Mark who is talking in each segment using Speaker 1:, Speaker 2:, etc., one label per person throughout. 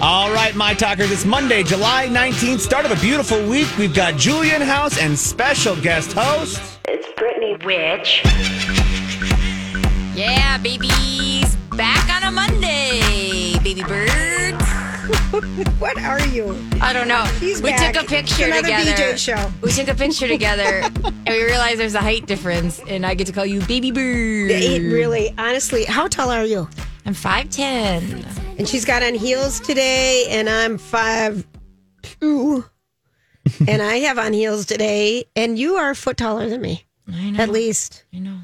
Speaker 1: All right, my talkers, it's Monday, July 19th, start of a beautiful week. We've got Julian House and special guest host.
Speaker 2: It's Brittany. Witch.
Speaker 3: Yeah, babies. Back on a Monday, baby birds.
Speaker 4: What are you?
Speaker 3: I don't know.
Speaker 4: He's
Speaker 3: we
Speaker 4: back.
Speaker 3: took a picture
Speaker 4: It's another
Speaker 3: together.
Speaker 4: BJ show.
Speaker 3: We took a picture together and we realized there's a height difference and I get to call you baby bird.
Speaker 4: It really, honestly, how tall are you?
Speaker 3: I'm 5'10.
Speaker 4: And she's got on heels today, and I'm five two, and I have on heels today, and you are a foot taller than me,
Speaker 3: I know.
Speaker 4: at least.
Speaker 3: I know.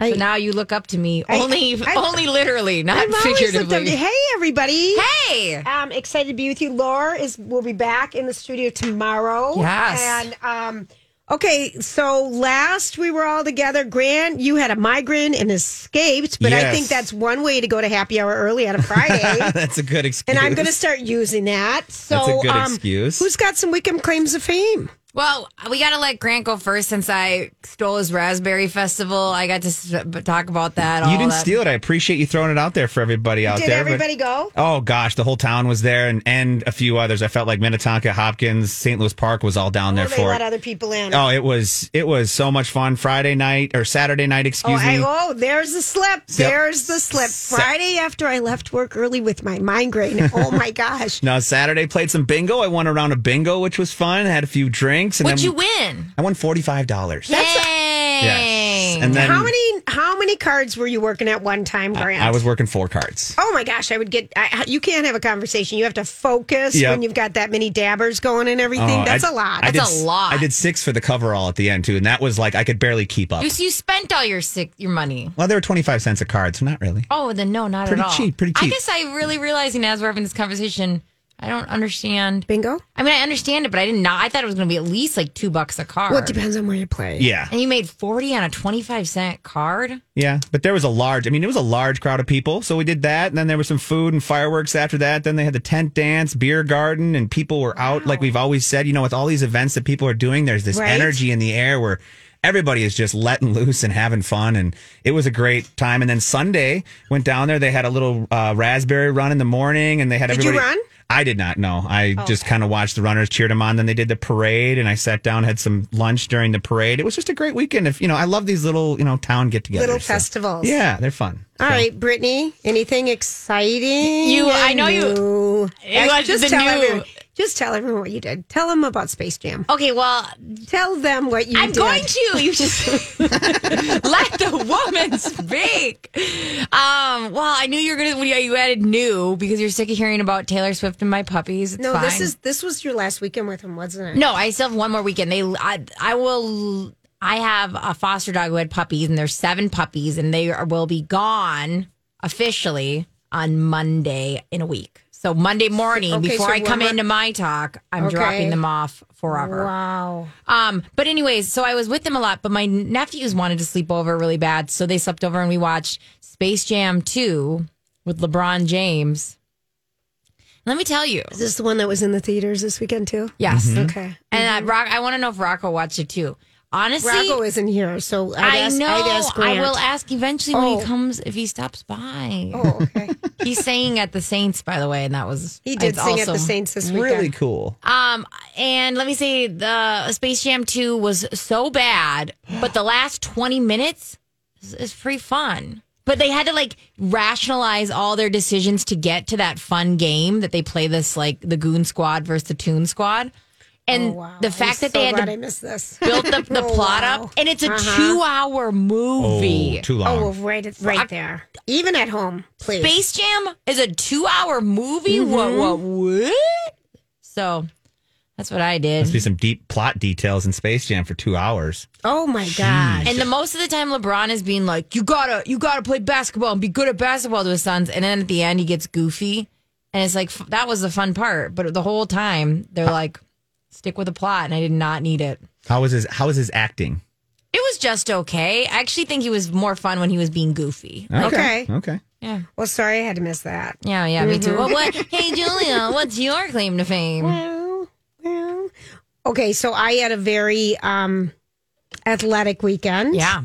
Speaker 4: I-
Speaker 3: so now you look up to me
Speaker 4: I-
Speaker 3: only
Speaker 4: I-
Speaker 3: only literally, not
Speaker 4: I've always looked up to-
Speaker 3: figuratively.
Speaker 4: Hey, everybody!
Speaker 3: Hey!
Speaker 4: Um, excited to be with you. Laura is will be back in the studio tomorrow.
Speaker 3: Yes.
Speaker 4: And um, okay, so last we were all together. Grant, you had a migraine and escaped, but I
Speaker 1: Yes.
Speaker 4: think that's one way to go to happy hour early on a Friday.
Speaker 1: That's a good excuse.
Speaker 4: and I'm going to start using that. So,
Speaker 1: That's a good
Speaker 4: um,
Speaker 1: excuse.
Speaker 4: Who's got some Wickham claims of fame?
Speaker 3: Well, we got to let Grant go first since I stole his Raspberry Festival. I got to s- talk about that. all
Speaker 1: You didn't
Speaker 3: that.
Speaker 1: steal it. I appreciate you throwing it out there for everybody out
Speaker 4: Did
Speaker 1: there. but-
Speaker 4: everybody go?
Speaker 1: Oh gosh, the whole town was there, and, and a few others. I felt like Minnetonka, Hopkins, St. Louis Park was all down there
Speaker 4: Or Oh, they
Speaker 1: for
Speaker 4: let
Speaker 1: it.
Speaker 4: other people in.
Speaker 1: Oh, it was it was so much fun. Friday night or Saturday night,
Speaker 4: Oh,
Speaker 1: excuse
Speaker 4: I,
Speaker 1: me.
Speaker 4: oh, there's the slip. There's the slip.
Speaker 1: Se-
Speaker 4: Friday after I left work early with my migraine. Oh my gosh.
Speaker 1: No, Saturday played some bingo. I won a round of bingo, which was fun. Had a few drinks, and
Speaker 3: What'd
Speaker 1: then
Speaker 3: you win?
Speaker 1: I won forty five dollars.
Speaker 3: Dang.
Speaker 1: And then
Speaker 4: how many how many cards were you working at one time, Grant?
Speaker 1: I was working four cards.
Speaker 4: Oh my gosh, I would get. I, you can't have a conversation. You have to focus
Speaker 1: Yep.
Speaker 4: when you've got that many dabbers going and everything.
Speaker 1: Oh,
Speaker 4: That's
Speaker 1: I-
Speaker 4: a lot.
Speaker 1: I did,
Speaker 3: That's a
Speaker 1: s-
Speaker 3: lot.
Speaker 1: I did six for the coverall at the end too, and that was like I could barely keep up.
Speaker 3: You, you spent all your sick your money.
Speaker 1: Well, they were twenty five cents a card, so not really.
Speaker 3: Oh, then no, not
Speaker 1: Pretty
Speaker 3: at all.
Speaker 1: cheap, pretty
Speaker 3: I
Speaker 1: cheap.
Speaker 3: guess I really realizing as we're having this conversation, I don't understand.
Speaker 4: Bingo.
Speaker 3: I mean, I understand it, but I didn't know. I thought it was going to be at least like two bucks a card.
Speaker 4: Well, it depends on where you play.
Speaker 1: Yeah,
Speaker 3: And you made forty on a twenty-five cent card.
Speaker 1: yeah, but there was a large. I mean, it was a large crowd of people, so we did that, and then there was some food and fireworks after that. Then they had the tent dance, beer garden, and people were out. Like we've always said, you know, with all these events that people are doing, there's this
Speaker 4: Right.
Speaker 1: energy in the air where everybody is just letting loose and having fun, and it was a great time. And then Sunday went down there. They had a little uh, raspberry run in the morning, and they had
Speaker 4: Did you
Speaker 1: everybody.
Speaker 4: run? Oh,
Speaker 1: I did not know. I just kind of watched the runners, cheered them on. Then they did the parade, and I sat down, had some lunch during the parade. It was just a great weekend. If you know, I love these little you know town get-togethers,
Speaker 4: Little
Speaker 1: so-
Speaker 4: festivals.
Speaker 1: Yeah, they're fun.
Speaker 4: All right, Brittany. Anything exciting?
Speaker 3: You- I know you-
Speaker 4: you.
Speaker 3: It was
Speaker 4: just
Speaker 3: the
Speaker 4: tell
Speaker 3: new-
Speaker 4: everyone. Just tell everyone what you did. Tell them about Space Jam.
Speaker 3: Okay, well,
Speaker 4: Tell them what you
Speaker 3: I'm
Speaker 4: did.
Speaker 3: going to. You just let the woman speak. Um, well, I knew you were gonna. well, Yeah, you added new because you're sick of hearing about Taylor Swift and my puppies. It's
Speaker 4: No, this
Speaker 3: fine.
Speaker 4: is this was your last weekend with him, wasn't it?
Speaker 3: No, I still have one more weekend. They, I, I will. I have a foster dog who had puppies, and there's seven puppies, and they are, will be gone officially on Monday in a week. So Monday morning,
Speaker 4: Okay,
Speaker 3: before
Speaker 4: so
Speaker 3: I come
Speaker 4: one more-
Speaker 3: into my talk, I'm
Speaker 4: Okay.
Speaker 3: dropping them off forever.
Speaker 4: Wow.
Speaker 3: Um, but anyways, so I was with them a lot, but my nephews wanted to sleep over really bad, so they slept over and we watched Space Jam 2 with LeBron James. Let me tell you.
Speaker 4: Is this the one that was in the theaters this weekend too? Mm-hmm.
Speaker 3: Yes. Mm-hmm.
Speaker 4: Okay.
Speaker 3: And I, Rock, I want to know if Rocco watched it too. Honestly,
Speaker 4: Rocco isn't here, so I'd
Speaker 3: I
Speaker 4: ask,
Speaker 3: know.
Speaker 4: I'd ask
Speaker 3: I
Speaker 4: Grant.
Speaker 3: will ask eventually when
Speaker 4: Oh.
Speaker 3: he comes if he stops by.
Speaker 4: Oh, okay.
Speaker 3: He's saying at the Saints, by the way, and that was
Speaker 4: He did
Speaker 3: it's
Speaker 4: sing at
Speaker 3: also-
Speaker 4: the Saints this weekend.
Speaker 1: Really cool.
Speaker 3: Um, and let me say the Space Jam Two was so bad, but the last twenty minutes is, is pretty fun. But they had to like rationalize all their decisions to get to that fun game that they play this like the Goon Squad versus the Toon Squad. And
Speaker 4: Oh,
Speaker 3: the fact that they had
Speaker 4: glad
Speaker 3: to
Speaker 4: I missed this.
Speaker 3: build the, the
Speaker 4: Oh,
Speaker 3: plot
Speaker 4: wow.
Speaker 3: up and it's a
Speaker 4: Uh-huh.
Speaker 3: two hour movie.
Speaker 1: too long.
Speaker 4: Oh, right, it's right there. Even at home, please.
Speaker 3: Space Jam is a two hour movie?
Speaker 4: Mm-hmm.
Speaker 3: What, what, what? So that's what I did.
Speaker 1: Must be some deep plot details in Space Jam for two hours.
Speaker 4: Oh my god!
Speaker 3: And the most of the time, LeBron is being like, "You gotta, you gotta play basketball and be good at basketball" to his sons. And then at the end, he gets goofy, and it's like f- that was the fun part. But the whole time, they're like, "Stick with the plot," and I did not need it.
Speaker 1: How was his How was his acting?
Speaker 3: It was just okay. I actually think he was more fun when he was being goofy.
Speaker 4: Okay.
Speaker 1: Okay.
Speaker 3: Yeah,
Speaker 4: Well, sorry, I had to miss that.
Speaker 3: yeah, yeah. Me too. Well, what? Hey, Julia, what's your claim to fame?
Speaker 4: Well, well. Okay, so I had a very um athletic weekend.
Speaker 3: Yeah,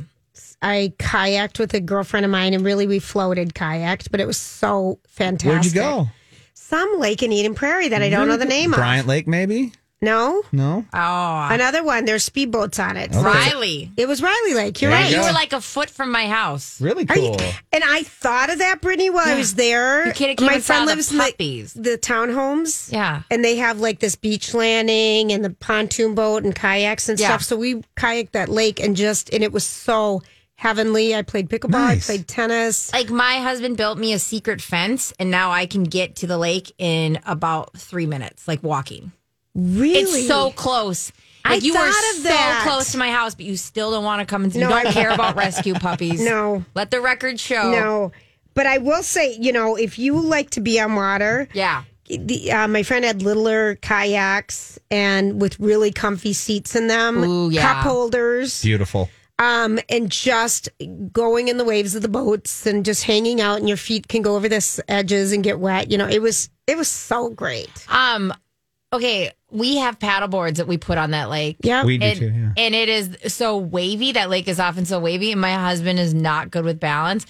Speaker 4: I kayaked with a girlfriend of mine, and really we floated kayaked, but it was so fantastic.
Speaker 1: Where'd you go?
Speaker 4: Some lake in Eden Prairie that I don't know the name of.
Speaker 1: Bryant Ah. Lake, maybe?
Speaker 4: No,
Speaker 1: No.
Speaker 4: Uh, another one. There's speedboats on it.
Speaker 3: Oh, Riley.
Speaker 4: It was Riley Lake. You're
Speaker 1: There
Speaker 4: right.
Speaker 3: You
Speaker 1: go.
Speaker 3: were like a foot from my house.
Speaker 1: Really
Speaker 4: Are you-
Speaker 1: cool.
Speaker 4: and I thought of that, Brittany, while I was there.
Speaker 3: Your kid came
Speaker 4: My
Speaker 3: and saw
Speaker 4: friend
Speaker 3: the
Speaker 4: lives
Speaker 3: puppies.
Speaker 4: in the, the townhomes.
Speaker 3: Yeah.
Speaker 4: And they have like this beach landing and the pontoon boat and kayaks and
Speaker 3: Yeah.
Speaker 4: stuff. So we kayaked that lake and just, and it was so heavenly. I played pickleball,
Speaker 1: Nice.
Speaker 4: I played tennis.
Speaker 3: like my husband built me a secret fence and now I can get to the lake in about three minutes, like walking.
Speaker 4: Really?
Speaker 3: It's so close. Like
Speaker 4: I
Speaker 3: you are
Speaker 4: thought of
Speaker 3: so
Speaker 4: that.
Speaker 3: close to my house, but you still don't want to come and you
Speaker 4: No,
Speaker 3: don't
Speaker 4: I-
Speaker 3: care about rescue puppies.
Speaker 4: No.
Speaker 3: Let the record show.
Speaker 4: No. But I will say, you know, if you like to be on water,
Speaker 3: Yeah.
Speaker 4: the, uh, my friend had littler kayaks and with really comfy seats in them,
Speaker 3: Ooh, yeah.
Speaker 4: cup holders.
Speaker 1: Beautiful.
Speaker 4: um, and just going in the waves of the boats and just hanging out, and your feet can go over the edges and get wet. You know, it was it was so great.
Speaker 3: Um, okay, we have paddle boards that we put on that lake.
Speaker 4: Yeah,
Speaker 1: We do
Speaker 3: And,
Speaker 1: too, yeah.
Speaker 3: and it is so wavy. That lake is often so wavy, and my husband is not good with balance.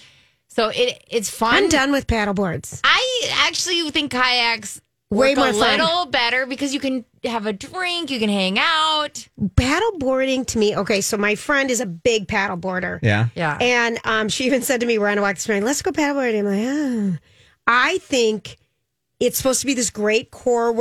Speaker 3: So it it's fun.
Speaker 4: I'm done with paddle boards.
Speaker 3: I actually think kayaks
Speaker 4: Way
Speaker 3: work
Speaker 4: more
Speaker 3: a
Speaker 4: fun.
Speaker 3: little better because you can have a drink, you can hang out.
Speaker 4: Paddle boarding to me, okay. So my friend is a big paddle boarder,
Speaker 1: Yeah.
Speaker 3: Yeah.
Speaker 4: and um, she even said to me, "We're on a walk this morning. Let's go paddle boarding." I'm like, oh. I think it's supposed to be this great core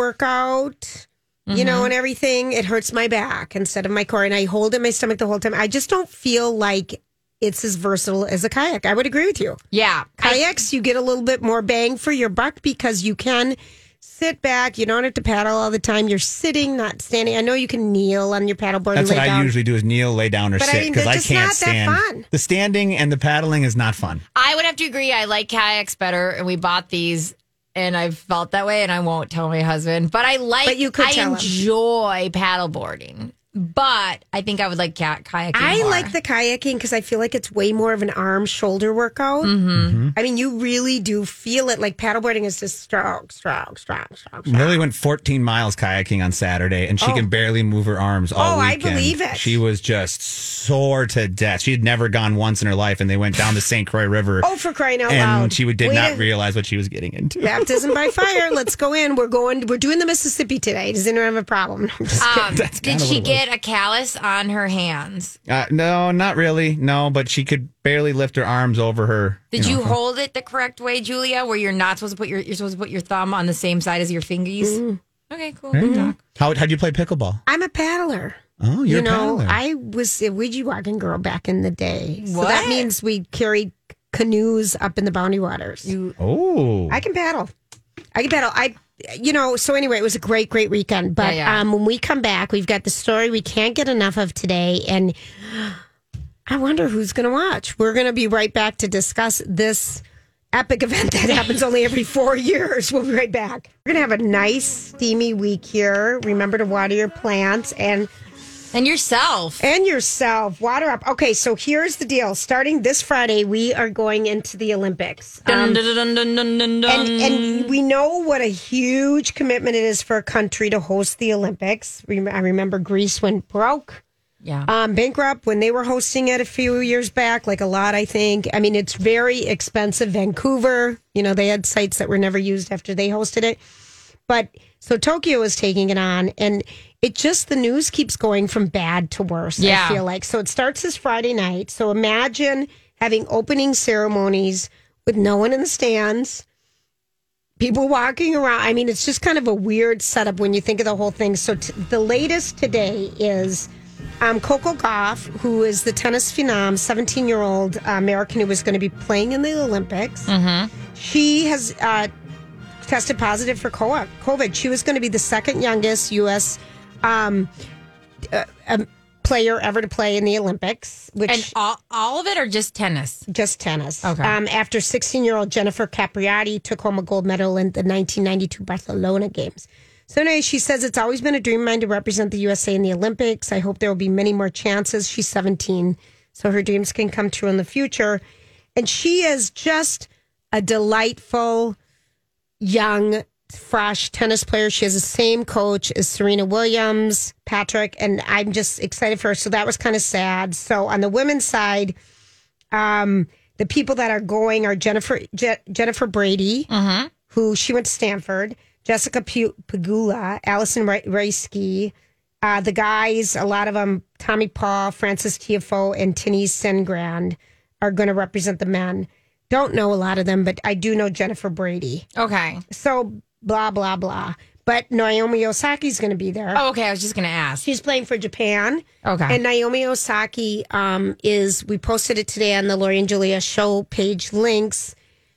Speaker 4: workout. You
Speaker 1: Mm-hmm.
Speaker 4: know, and everything, it hurts my back instead of my core. And I hold in my stomach the whole time. I just don't feel like it's as versatile as a kayak. I would agree with you.
Speaker 3: yeah.
Speaker 4: kayaks, you get a little bit more bang for your buck because you can sit back. You don't have to paddle all the time. You're sitting, not standing. I know you can kneel on your paddleboard and
Speaker 1: That's
Speaker 4: lay
Speaker 1: what I
Speaker 4: down.
Speaker 1: usually do is kneel, lay down, or
Speaker 4: But I
Speaker 1: sit
Speaker 4: mean,
Speaker 1: because
Speaker 4: they're
Speaker 1: I,
Speaker 4: just
Speaker 1: can't
Speaker 4: not that
Speaker 1: stand
Speaker 4: fun.
Speaker 1: the standing and the paddling is not fun.
Speaker 3: I would have to agree. I like kayaks better, and we bought these, and I felt that way, and I won't tell my husband, but I like.
Speaker 4: But you could
Speaker 3: I
Speaker 4: tell him.
Speaker 3: enjoy paddleboarding, but I think I would like cat kayaking.
Speaker 4: I
Speaker 3: more.
Speaker 4: like the kayaking because I feel like it's way more of an arm shoulder workout.
Speaker 1: Mm-hmm.
Speaker 4: I mean, you really do feel it. Like paddleboarding is just stroke, stroke, stroke, stroke. stroke.
Speaker 1: Lily went 14 miles kayaking on Saturday, and she can barely move her arms all
Speaker 4: Oh, I
Speaker 1: weekend.
Speaker 4: believe it.
Speaker 1: She was just sore to death. She had never gone once in her life, and they went down the St. Croix River.
Speaker 4: Oh, for crying out
Speaker 1: and
Speaker 4: loud!
Speaker 1: she would, did
Speaker 4: Way
Speaker 1: not
Speaker 4: to-
Speaker 1: realize what she was getting into.
Speaker 4: Baptism by fire. Let's go in. We're going. We're doing the Mississippi today. Does anyone have a problem?
Speaker 1: Uh,
Speaker 4: I'm just kidding.
Speaker 3: Um,
Speaker 1: That's
Speaker 3: did
Speaker 1: kinda what
Speaker 3: she
Speaker 1: it was.
Speaker 3: get a callus on her hands?
Speaker 1: Uh, no, not really. No, but she could barely lift her arms over her.
Speaker 3: Did you,
Speaker 1: know.
Speaker 3: hold it the correct way, Julia? Where you're not supposed to put your you're supposed to put your thumb on the same side as your fingers? Okay, cool. Good talk.
Speaker 1: How how'd you play pickleball?
Speaker 4: I'm a paddler.
Speaker 1: Oh, you're
Speaker 4: you know,
Speaker 1: a paddler.
Speaker 4: I was a Ouija walking girl back in the day. So
Speaker 3: What?
Speaker 4: that means we carried canoes up in the boundary waters.
Speaker 1: oh,
Speaker 4: I can paddle. I can paddle. I, you know, so anyway, it was a great, great weekend. But
Speaker 3: Yeah, yeah.
Speaker 4: Um, when we come back, we've got the story we can't get enough of today. And I wonder who's going to watch. We're going to be right back to discuss this epic event that happens only every four years. We'll be right back. We're going to have a nice, steamy week here. Remember to water your plants and.
Speaker 3: And yourself.
Speaker 4: And yourself, water up. Okay, so here's the deal. Starting this Friday, we are going into the Olympics.
Speaker 3: Dun,
Speaker 4: Um,
Speaker 3: dun, dun, dun, dun, dun, dun.
Speaker 4: and, and we know what a huge commitment it is for a country to host the Olympics. Rem- I remember Greece went broke,
Speaker 3: yeah.
Speaker 4: um, bankrupt when they were hosting it a few years back, like a lot, I think. I mean, it's very expensive. Vancouver, you know, they had sites that were never used after they hosted it. But so Tokyo is taking it on, and it just the news keeps going from bad to worse.
Speaker 3: Yeah.
Speaker 4: I feel like so it starts this Friday night. So imagine having opening ceremonies with no one in the stands, people walking around. I mean, it's just kind of a weird setup when you think of the whole thing. So t- the latest today is um, Coco Goff, who is the tennis phenom, 17 year old American who was going to be playing in the Olympics. She has uh, tested positive for co- COVID. She was going to be the second youngest U.S. Um, uh, um, player ever to play in the Olympics, which
Speaker 3: And all, all of it or just tennis?
Speaker 4: just tennis.
Speaker 3: Okay.
Speaker 4: Um, after 16 year old Jennifer Capriati took home a gold medal in the 1992 Barcelona Games. So, anyway, she says it's always been a dream of mine to represent the USA in the Olympics. I hope there will be many more chances. She's 17, so her dreams can come true in the future. And she is just a delightful, young, fresh tennis player. She has the same coach as Serena Williams, Patrick, and I'm just excited for her. So, that was kind of sad. So, on the women's side, um, the people that are going are Jennifer Je- Jennifer Brady, who she went to Stanford, Jessica Pu- Pagula, Allison Ra- Raiski, uh, the guys, a lot of them, Tommy Paul, Francis TFO, and Tinny Sengrand are going to represent the men. Don't know a lot of them, but I do know Jennifer Brady.
Speaker 3: Okay.
Speaker 4: So blah blah blah. But Naomi Osaki's going to be there.
Speaker 3: Oh, okay. I was just going to ask.
Speaker 4: She's playing for Japan.
Speaker 3: Okay.
Speaker 4: And Naomi Osaki um, is, we posted it today on the Lori and Julia show page links.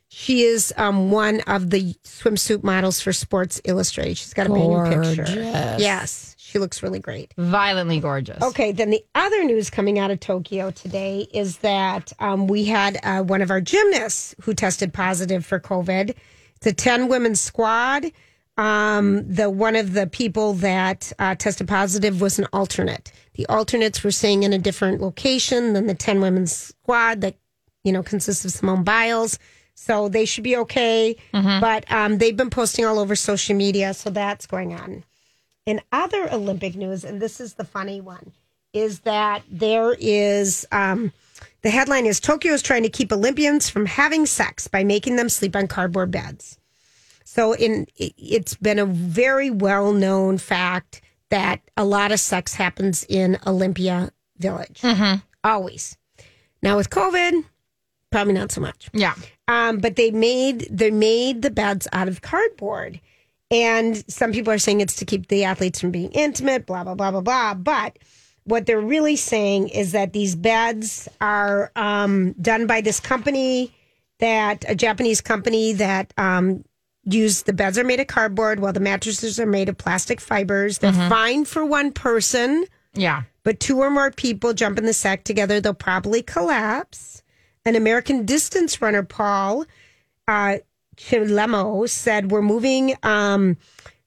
Speaker 4: She is um, one of the swimsuit models for Sports Illustrated. She's got a banging picture.
Speaker 3: Gorgeous.
Speaker 4: Yes, she looks really great.
Speaker 3: Violently gorgeous.
Speaker 4: Okay, then the other news coming out of Tokyo today is that um, we had uh, one of our gymnasts who tested positive for COVID. It's a 10 women squad. Um, the one of the people that uh, tested positive was an alternate. The alternates were staying in a different location than the 10 women squad that, you know, consists of Simone Biles. So they should be okay. But um, they've been posting all over social media. So that's going on. In other Olympic news, and this is the funny one, is that there is um, the headline is Tokyo is trying to keep Olympians from having sex by making them sleep on cardboard beds. So in it- it's been a very well known fact that a lot of sex happens in Olympia Village, always. Now with COVID, probably not so much
Speaker 3: Yeah.
Speaker 4: um, but they made they made the beds out of cardboard, and some people are saying it's to keep the athletes from being intimate. Blah blah blah blah blah. But what they're really saying is that these beds are um, done by this company that a Japanese company that um, used the beds are made of cardboard while the mattresses are made of plastic fibers. They're fine for one person
Speaker 3: Yeah.
Speaker 4: but two or more people jump in the sack together, they'll probably collapse. An American distance runner, Paul uh, Chilemo, said, We're moving um,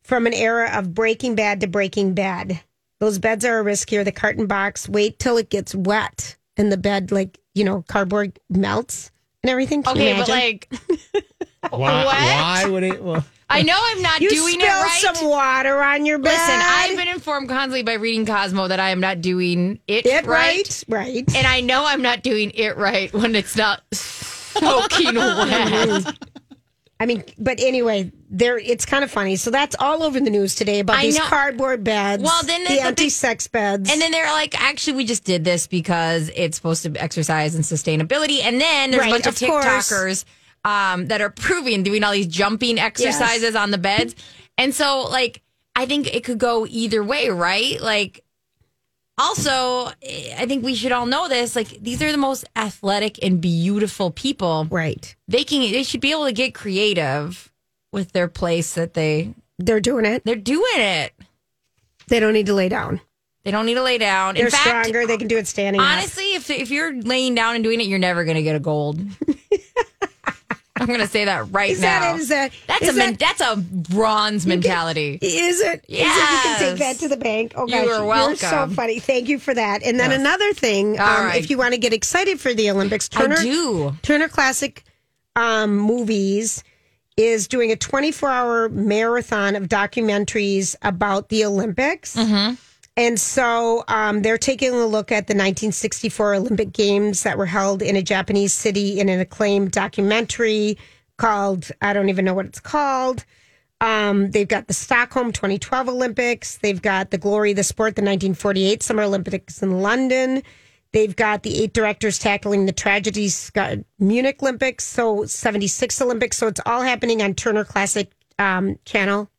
Speaker 4: from an era of breaking bad to breaking bad. Those beds are riskier. The carton box, wait till it gets wet and the bed, like, you know, cardboard melts and everything. Can you
Speaker 3: Okay, but
Speaker 4: imagine?
Speaker 3: like,
Speaker 1: Why,
Speaker 3: What?
Speaker 1: why would it? Well,
Speaker 3: I know I'm not
Speaker 4: you
Speaker 3: doing it
Speaker 4: spill
Speaker 3: right.
Speaker 4: some water on your bed.
Speaker 3: Listen, I've been informed constantly by reading Cosmo that I am not doing it,
Speaker 4: it
Speaker 3: right.
Speaker 4: right, right.
Speaker 3: And I know I'm not doing it right when it's not soaking wet.
Speaker 4: I mean, but anyway, there it's kind of funny. So that's all over the news today about
Speaker 3: I
Speaker 4: these
Speaker 3: know.
Speaker 4: cardboard beds.
Speaker 3: Well, then
Speaker 4: the
Speaker 3: the-
Speaker 4: empty sex beds.
Speaker 3: And then they're like, actually, we just did this because it's supposed to be exercise and sustainability. And then there's
Speaker 4: Right,
Speaker 3: a bunch of
Speaker 4: of course.
Speaker 3: TikTokers um, that are proving doing all these jumping exercises on the beds. And so, like, I think it could go either way, right? Like, also, eh, I think we should all know this. Like, these are the most athletic and beautiful people.
Speaker 4: right,
Speaker 3: They can, they should be able to get creative with their place that they
Speaker 4: they're doing it.
Speaker 3: they're doing it.
Speaker 4: They don't need to lay down.
Speaker 3: They don't need to lay down.
Speaker 4: They're
Speaker 3: In fact,
Speaker 4: stronger. They can do it standing. up.
Speaker 3: Honestly, if if you're laying down and doing it, you're never going to get a gold. I'm going to say that right
Speaker 4: is
Speaker 3: now.
Speaker 4: that it? Is that
Speaker 3: that's
Speaker 4: is
Speaker 3: a men-
Speaker 4: that-
Speaker 3: that's a bronze mentality.
Speaker 4: Is it? Is it? you can take that
Speaker 3: Yes.
Speaker 4: to the bank. Oh,
Speaker 3: You
Speaker 4: gosh,
Speaker 3: are
Speaker 4: You're so
Speaker 3: welcome.
Speaker 4: funny. Thank you for that. And then another thing,
Speaker 3: All
Speaker 4: um,
Speaker 3: right.
Speaker 4: if you want to get excited for the Olympics, Turner
Speaker 3: I do.
Speaker 4: Turner Classic um, Movies is doing a 24 hour marathon of documentaries about the Olympics. And so um, they're taking a look at the 1964 Olympic Games that were held in a Japanese city in an acclaimed documentary called, I don't even know what it's called. Um, they've got the Stockholm 2012 Olympics. They've got the Glory of the Sport, the 1948 Summer Olympics in London. They've got the eight directors tackling the tragedies, got Munich Olympics, so 76 Olympics. So it's all happening on Turner Classic um, Channel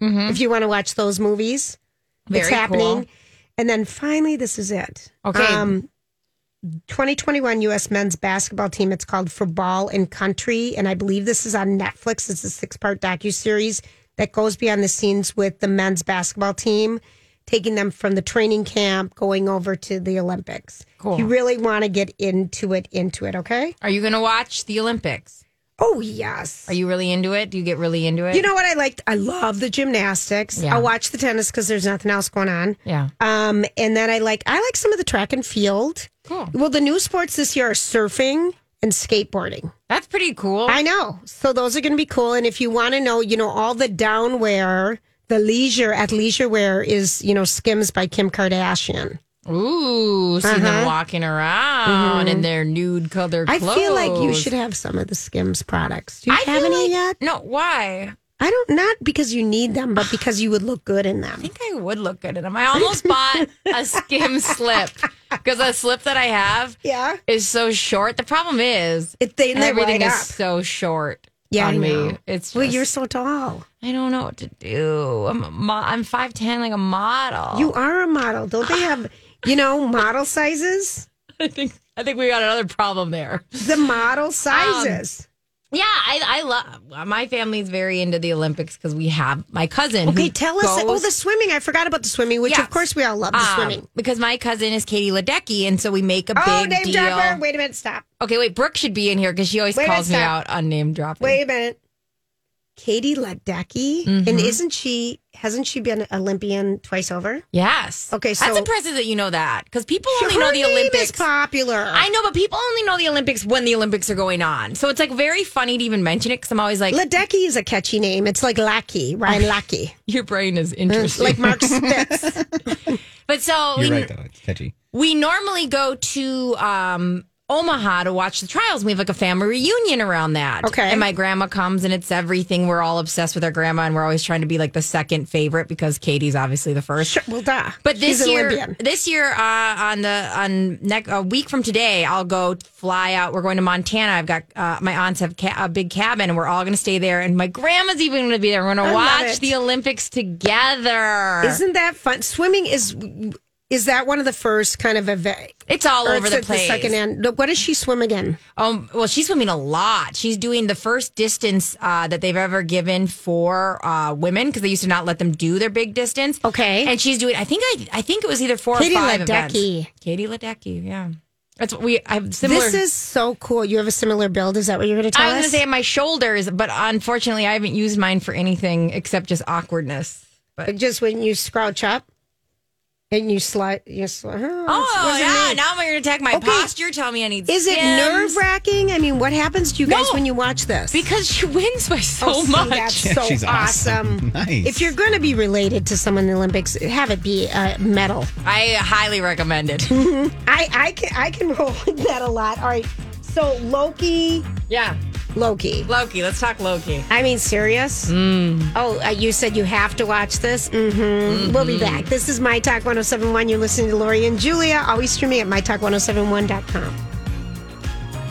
Speaker 4: If you want to watch those movies, it's
Speaker 3: Very
Speaker 4: happening.
Speaker 3: cool.
Speaker 4: And then finally, this is it. Um,
Speaker 3: Okay.
Speaker 4: 2021 U.S. men's basketball team. It's called For Ball and Country, and I believe this is on Netflix. It's a six-part docu-series that goes beyond the scenes with the men's basketball team, taking them from the training camp, going over to the Olympics.
Speaker 3: Cool.
Speaker 4: You really want to get into it, into it, okay?
Speaker 3: Are you going to watch the Olympics?
Speaker 4: Oh yes.
Speaker 3: Are you really into it? Do you get really into it?
Speaker 4: You know what I liked? I love the gymnastics.
Speaker 3: Yeah.
Speaker 4: I'll watch the tennis because there's nothing else going on.
Speaker 3: Yeah.
Speaker 4: Um, and then I like I like some of the track and field.
Speaker 3: Cool.
Speaker 4: Well, the new sports this year are surfing and skateboarding.
Speaker 3: That's pretty cool.
Speaker 4: I know. So those are going to be cool. And if you want to know, you know, all the downwear, the leisure at leisure wear is, you know, Skims by Kim Kardashian.
Speaker 3: Ooh, see them walking around in their nude color
Speaker 4: Uh-huh. Mm-hmm. I
Speaker 3: clothes.
Speaker 4: feel like you should have some of the Skims products. Do you
Speaker 3: I
Speaker 4: have
Speaker 3: feel
Speaker 4: any
Speaker 3: like-
Speaker 4: yet?
Speaker 3: No, why?
Speaker 4: I don't. Not because you need them, but because you would look good in them.
Speaker 3: I think I would look good in them. I almost bought a skim slip because a slip that I have
Speaker 4: Yeah.
Speaker 3: is so short. The problem is
Speaker 4: It, they, they
Speaker 3: everything
Speaker 4: light
Speaker 3: is
Speaker 4: up.
Speaker 3: so short.
Speaker 4: Yeah,
Speaker 3: on
Speaker 4: I
Speaker 3: me.
Speaker 4: know.
Speaker 3: It's
Speaker 4: well,
Speaker 3: just-
Speaker 4: you're so tall.
Speaker 3: I don't know what to do. I'm a mo- I'm five ten, like a model.
Speaker 4: You are a model. Don't they have, you know, model sizes?
Speaker 3: I think I think we got another problem there.
Speaker 4: The model sizes.
Speaker 3: Yeah, I, I love my family's very into the Olympics because we have my cousin.
Speaker 4: okay,
Speaker 3: who
Speaker 4: tell us. Oh,
Speaker 3: goes-
Speaker 4: the swimming. I forgot about the swimming, which
Speaker 3: Yes.
Speaker 4: of course we all love the
Speaker 3: Um,
Speaker 4: swimming.
Speaker 3: because my cousin is Katie Ledecky, and so we make a
Speaker 4: Oh,
Speaker 3: big
Speaker 4: name
Speaker 3: deal.
Speaker 4: dropper. Wait a minute. Stop.
Speaker 3: Okay, wait. Brooke should be in here because she always
Speaker 4: Wait,
Speaker 3: calls me
Speaker 4: wait,
Speaker 3: out on name dropping.
Speaker 4: Wait a minute. Katie Ledecky,
Speaker 3: Mm-hmm.
Speaker 4: and isn't she? Hasn't she been Olympian twice over?
Speaker 3: Yes.
Speaker 4: Okay, so-
Speaker 3: that's impressive that you know that because people
Speaker 4: She-
Speaker 3: only know
Speaker 4: her
Speaker 3: the
Speaker 4: name is
Speaker 3: Olympics.
Speaker 4: popular.
Speaker 3: I know, but people only know the Olympics when the Olympics are going on. So it's like very funny to even mention it because I'm always like,
Speaker 4: Ledecky is a catchy name. It's like Lackey, Ryan Lackey,
Speaker 3: your brain is interesting.
Speaker 4: like Mark Spitz.
Speaker 3: but so we,
Speaker 1: You're right, though. It's catchy.
Speaker 3: we normally go to um, Omaha to watch the trials. We have like a family reunion around that.
Speaker 4: Okay.
Speaker 3: And my grandma comes and it's everything. We're all obsessed with our grandma and we're always trying to be like the second favorite because Katie's obviously the first.
Speaker 4: Sure, well, duh.
Speaker 3: But this
Speaker 4: She's an
Speaker 3: year,
Speaker 4: Olympian.
Speaker 3: this year uh, on the on next a week from today, I'll go fly out. We're going to Montana. I've got uh, my aunts have ca- a big cabin, and we're all going to stay there. And my grandma's even going to be there. We're going
Speaker 4: I
Speaker 3: to
Speaker 4: love
Speaker 3: watch
Speaker 4: it.
Speaker 3: the Olympics together.
Speaker 4: Isn't that fun? Swimming is is that one of the first kind of event?
Speaker 3: it's all
Speaker 4: or
Speaker 3: over
Speaker 4: it's
Speaker 3: the
Speaker 4: at
Speaker 3: place.
Speaker 4: second end. No, What does she swim again?
Speaker 3: Um, well, she's swimming a lot. She's doing the first distance uh, that they've ever given for uh, women because they used to not let them do their big distance.
Speaker 4: Okay.
Speaker 3: and she's doing. I think I, I think it was either four
Speaker 4: Katie
Speaker 3: or five events.
Speaker 4: Ledecky.
Speaker 3: Katie Ledecky. Yeah, that's what we. I have similar.
Speaker 4: This is so cool. You have a similar build. Is that what you're going to tell
Speaker 3: I was going
Speaker 4: us?
Speaker 3: to say my shoulders, but unfortunately, I haven't used mine for anything except just awkwardness. But
Speaker 4: just when you scrouch up and you slide, you slide.
Speaker 3: oh yeah, now I'm going to attack my
Speaker 4: Okay.
Speaker 3: posture. Tell me I need.
Speaker 4: is it
Speaker 3: skims.
Speaker 4: nerve wracking? I mean, what happens to you guys
Speaker 3: No.
Speaker 4: when you watch this?
Speaker 3: Because she wins by so
Speaker 4: Oh, see,
Speaker 3: much.
Speaker 4: that's so
Speaker 1: She's awesome.
Speaker 4: awesome.
Speaker 1: Nice.
Speaker 4: If you're going to be related to someone in the Olympics, have it be a medal.
Speaker 3: I highly recommend it.
Speaker 4: I I can I can roll with that a lot. All right, so Loki,
Speaker 3: yeah,
Speaker 4: Loki.
Speaker 3: Loki. Let's talk Loki.
Speaker 4: I mean, serious?
Speaker 3: Mm.
Speaker 4: Oh, uh, you said you have to watch this? Mm-hmm. We'll be back. This is My Talk 1071. You're listening to Lori and Julia. Always streaming at MyTalk1071.com.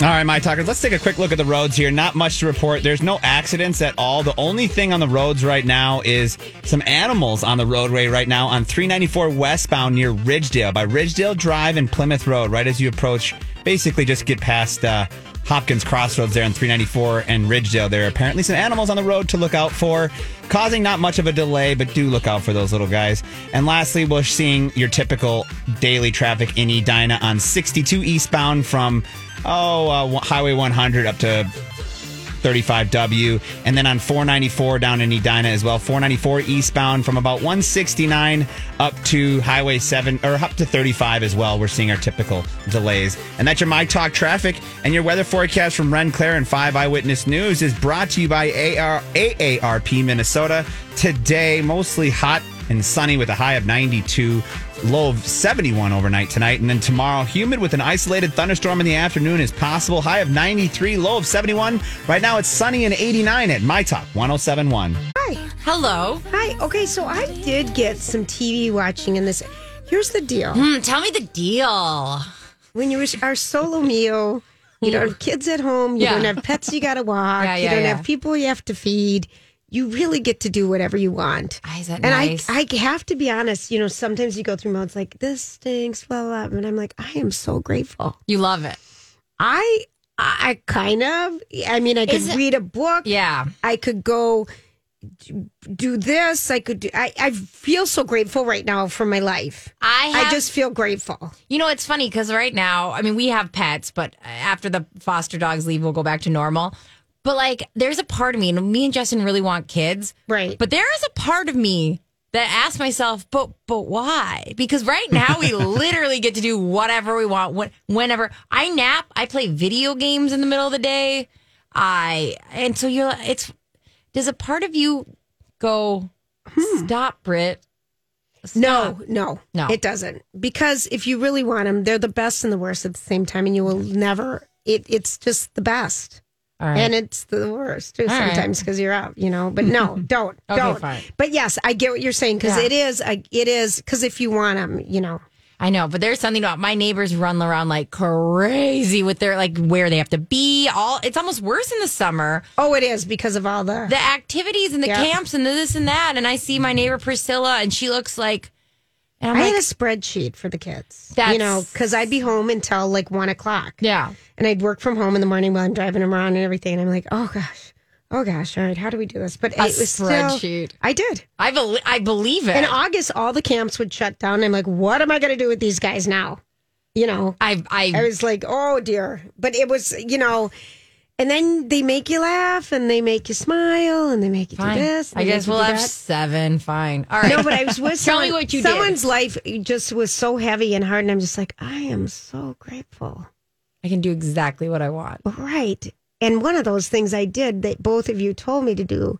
Speaker 1: All right, my talkers, let's take a quick look at the roads here. Not much to report. There's no accidents at all. The only thing on the roads right now is some animals on the roadway right now on 394 westbound near Ridgedale by Ridgedale Drive and Plymouth Road, right as you approach, basically just get past uh, Hopkins Crossroads there on 394 and Ridgedale. There are apparently some animals on the road to look out for, causing not much of a delay, but do look out for those little guys. And lastly, we're seeing your typical daily traffic in Edina on 62 eastbound from oh, uh, Highway 100 up to 35W, and then on 494 down in Edina as well. 494 eastbound from about 169 up to Highway 7 or up to 35 as well. We're seeing our typical delays. And that's your My Talk traffic and your weather forecast from Ren Claire and 5 Eyewitness News is brought to you by AR- AARP Minnesota. Today, mostly hot and sunny with a high of 92, low of 71 overnight tonight. And then tomorrow, humid with an isolated thunderstorm in the afternoon is possible. High of 93, low of 71. Right now, it's sunny and 89 at My Top 1071.
Speaker 3: Hello.
Speaker 4: Hi. Okay, so I did get some TV watching in this. Here's the deal.
Speaker 3: Hmm, tell me the deal.
Speaker 4: when you are solo meal, you don't have kids at home, you
Speaker 3: Yeah.
Speaker 4: don't have pets you got to walk,
Speaker 3: Yeah,
Speaker 4: you
Speaker 3: yeah,
Speaker 4: don't
Speaker 3: yeah.
Speaker 4: have people you have to feed. You really get to do whatever you want.
Speaker 3: Ah, is that
Speaker 4: and
Speaker 3: nice?
Speaker 4: I, I have to be honest, you know, sometimes you go through modes like this stinks, blah, blah, blah. And I'm like, I am so grateful.
Speaker 3: You love it.
Speaker 4: I, I I kind of, I mean, I could
Speaker 3: Is it-
Speaker 4: read a book.
Speaker 3: Yeah.
Speaker 4: I could go d- do this. I could do, I, I feel so grateful right now for my life.
Speaker 3: I have,
Speaker 4: I just feel grateful.
Speaker 3: you know, it's funny because right now, I mean, we have pets, but after the foster dogs leave, we'll go back to normal. But like, there's a part of me, and me and Justin really want kids,
Speaker 4: Right.
Speaker 3: But there is a part of me that asks myself, but but why? Because right now we literally get to do whatever we want, when, whenever. I nap, I play video games in the middle of the day. I and so you're. It's does a part of you go stop, Brit?
Speaker 4: No, no,
Speaker 3: No.
Speaker 4: it doesn't. Because if you really want them, they're the best and the worst at the same time, and you will never. It, it's just the best,
Speaker 3: Mm-hmm. All right.
Speaker 4: and it's the worst too
Speaker 3: right.
Speaker 4: sometimes because you're out, you know. But no, don't,
Speaker 3: Okay,
Speaker 4: don't.
Speaker 3: fine.
Speaker 4: But yes, I get what you're saying because
Speaker 3: Yeah.
Speaker 4: it is, a, it is because if you want them, you know,
Speaker 3: I know, but there's something about my neighbors run around like crazy with their like where they have to be. All it's almost worse in the summer.
Speaker 4: oh, it is because of all the.
Speaker 3: The activities and the
Speaker 4: Yeah.
Speaker 3: camps and the this and that. And I see my neighbor Priscilla, and she looks like. And I'm
Speaker 4: I
Speaker 3: like,
Speaker 4: had a spreadsheet for the kids, you
Speaker 3: That's-
Speaker 4: know, because I'd be home until like one o'clock.
Speaker 3: yeah,
Speaker 4: and I'd work from home in the morning while I'm driving them around and everything. And I'm like, oh gosh, oh gosh, all right, how do we do this? But it was still-
Speaker 3: spreadsheet.
Speaker 4: I did.
Speaker 3: I believe I believe it.
Speaker 4: In August, all the camps would shut down. I'm like, what am I going to do with these guys now? You know,
Speaker 3: I I,
Speaker 4: I was like, oh dear. But it was, you know, and then they make you laugh and they make you smile and they make you
Speaker 3: fine.
Speaker 4: do this. and
Speaker 3: I
Speaker 4: they
Speaker 3: guess
Speaker 4: make you
Speaker 3: we'll
Speaker 4: do
Speaker 3: have
Speaker 4: that.
Speaker 3: seven. Fine. All right.
Speaker 4: No, but I was with
Speaker 3: Tell me
Speaker 4: someone-
Speaker 3: what you did.
Speaker 4: someone's life just was so heavy and hard, and I'm just like, I am so grateful.
Speaker 3: I can do exactly what I want.
Speaker 4: Right. And one of those things I did that both of you told me to do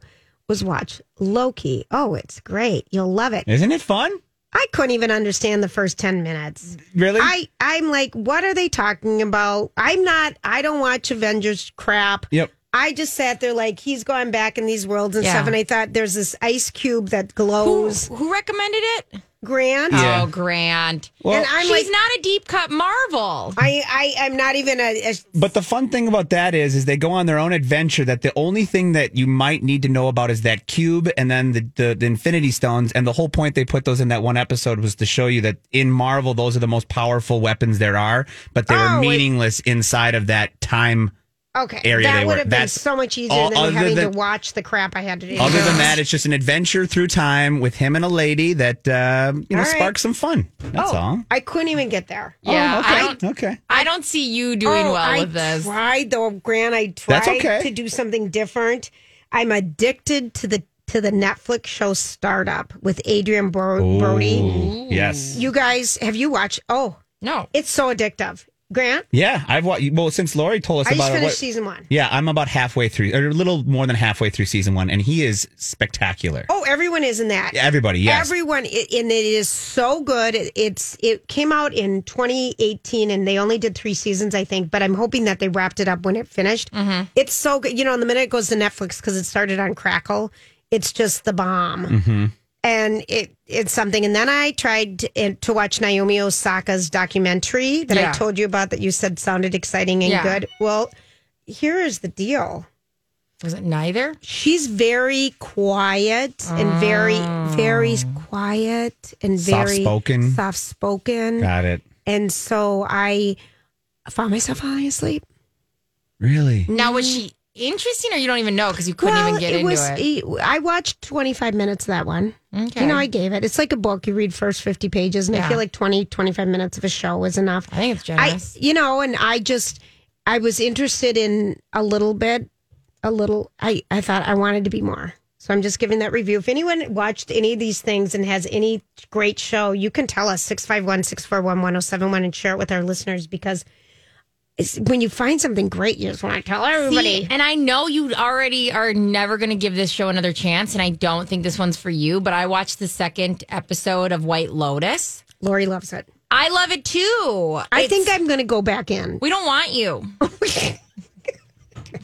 Speaker 4: was watch Loki. Oh, it's great. You'll love it.
Speaker 1: Isn't it fun?
Speaker 4: I couldn't even understand the first 10 minutes.
Speaker 1: Really?
Speaker 4: I, I'm like, what are they talking about? I'm not, I don't watch Avengers crap.
Speaker 1: yep.
Speaker 4: I just sat there like, he's going back in these worlds and
Speaker 3: Yeah.
Speaker 4: stuff. And I thought, there's this ice cube that
Speaker 3: Who,
Speaker 4: glows
Speaker 3: who recommended it?
Speaker 4: grand.
Speaker 1: Yeah.
Speaker 3: Oh, Grant.
Speaker 1: Well,
Speaker 4: and I'm
Speaker 3: She's
Speaker 4: like, Oh,
Speaker 3: not a deep cut Marvel.
Speaker 4: I, I, I'm not even a, a
Speaker 1: But the fun thing about that is, is they go on their own adventure. That the only thing that you might need to know about is that cube, and then the, the the Infinity Stones. And the whole point they put those in that one episode was to show you that in Marvel, those are the most powerful weapons there are. But they
Speaker 4: Oh,
Speaker 1: were
Speaker 4: it-
Speaker 1: meaningless inside of that time.
Speaker 4: okay.
Speaker 1: Area
Speaker 4: that
Speaker 1: they
Speaker 4: would
Speaker 1: were-
Speaker 4: have been
Speaker 1: that's-
Speaker 4: so much easier
Speaker 1: all-
Speaker 4: than
Speaker 1: other
Speaker 4: having
Speaker 1: than-
Speaker 4: to watch the crap I had to do.
Speaker 1: Other than that, it's just an adventure through time with him and a lady that uh, you know
Speaker 4: All right.
Speaker 1: sparks some fun. That's all.
Speaker 4: I couldn't even get there.
Speaker 3: yeah. I
Speaker 1: Okay.
Speaker 3: don't,
Speaker 1: okay.
Speaker 3: I don't see you doing well
Speaker 4: Oh, I
Speaker 3: with this.
Speaker 4: tried though, Grant. I tried
Speaker 1: That's okay.
Speaker 4: to do something different. I'm addicted to the to the Netflix show Startup with Adrian Bro- Brody.
Speaker 1: Yes.
Speaker 4: You guys, have you watched? Oh,
Speaker 3: No.
Speaker 4: it's so addictive, Grant.
Speaker 1: Yeah, I've watched. Well, since Lori told us
Speaker 4: I just
Speaker 1: about it,
Speaker 4: finished
Speaker 1: what-
Speaker 4: season one.
Speaker 1: Yeah, I'm about halfway through, or a little more than halfway through season one, and he is spectacular.
Speaker 4: Oh, everyone is in that.
Speaker 1: Everybody, yes.
Speaker 4: Everyone, it, and it is so good. It, it's it came out in 2018, and they only did three seasons, I think. But I'm hoping that they wrapped it up when it finished. It's so good, you know. And the minute it goes to Netflix because it started on Crackle, it's just the bomb. and it it's something. And then I tried to, and to watch Naomi Osaka's documentary that
Speaker 3: Yeah.
Speaker 4: I told you about that you said sounded exciting and
Speaker 3: Yeah.
Speaker 4: good. Well, here is the deal.
Speaker 3: Was it neither?
Speaker 4: She's very quiet and very, very quiet and very
Speaker 1: Mm. Soft-spoken.
Speaker 4: soft spoken.
Speaker 1: Got it.
Speaker 4: And so I found myself falling asleep.
Speaker 1: Really?
Speaker 3: Now
Speaker 4: Mm.
Speaker 3: was she interesting, or you don't even know because you couldn't even get into it?
Speaker 4: I watched 25 minutes of that one.
Speaker 3: Okay.
Speaker 4: You know, I gave it. It's like a book. You read first 50 pages, and I
Speaker 3: Yeah.
Speaker 4: feel like 20, 25 minutes of a show was enough.
Speaker 3: I think it's
Speaker 4: I,
Speaker 3: generous.
Speaker 4: you know, and I just, I was interested in a little bit, a little, I, I thought I wanted to be more. So I'm just giving that review. If anyone watched any of these things and has any great show, you can tell us 651 641 1071 and share it with our listeners because it's, when you find something great, you just want to tell everybody.
Speaker 3: See, and I know you already are never going to give this show another chance, and I don't think this one's for you. But I watched the second episode of White Lotus.
Speaker 4: Lori loves it.
Speaker 3: I love it too.
Speaker 4: I
Speaker 3: It's-
Speaker 4: think I'm going to go back in.
Speaker 3: we don't want you.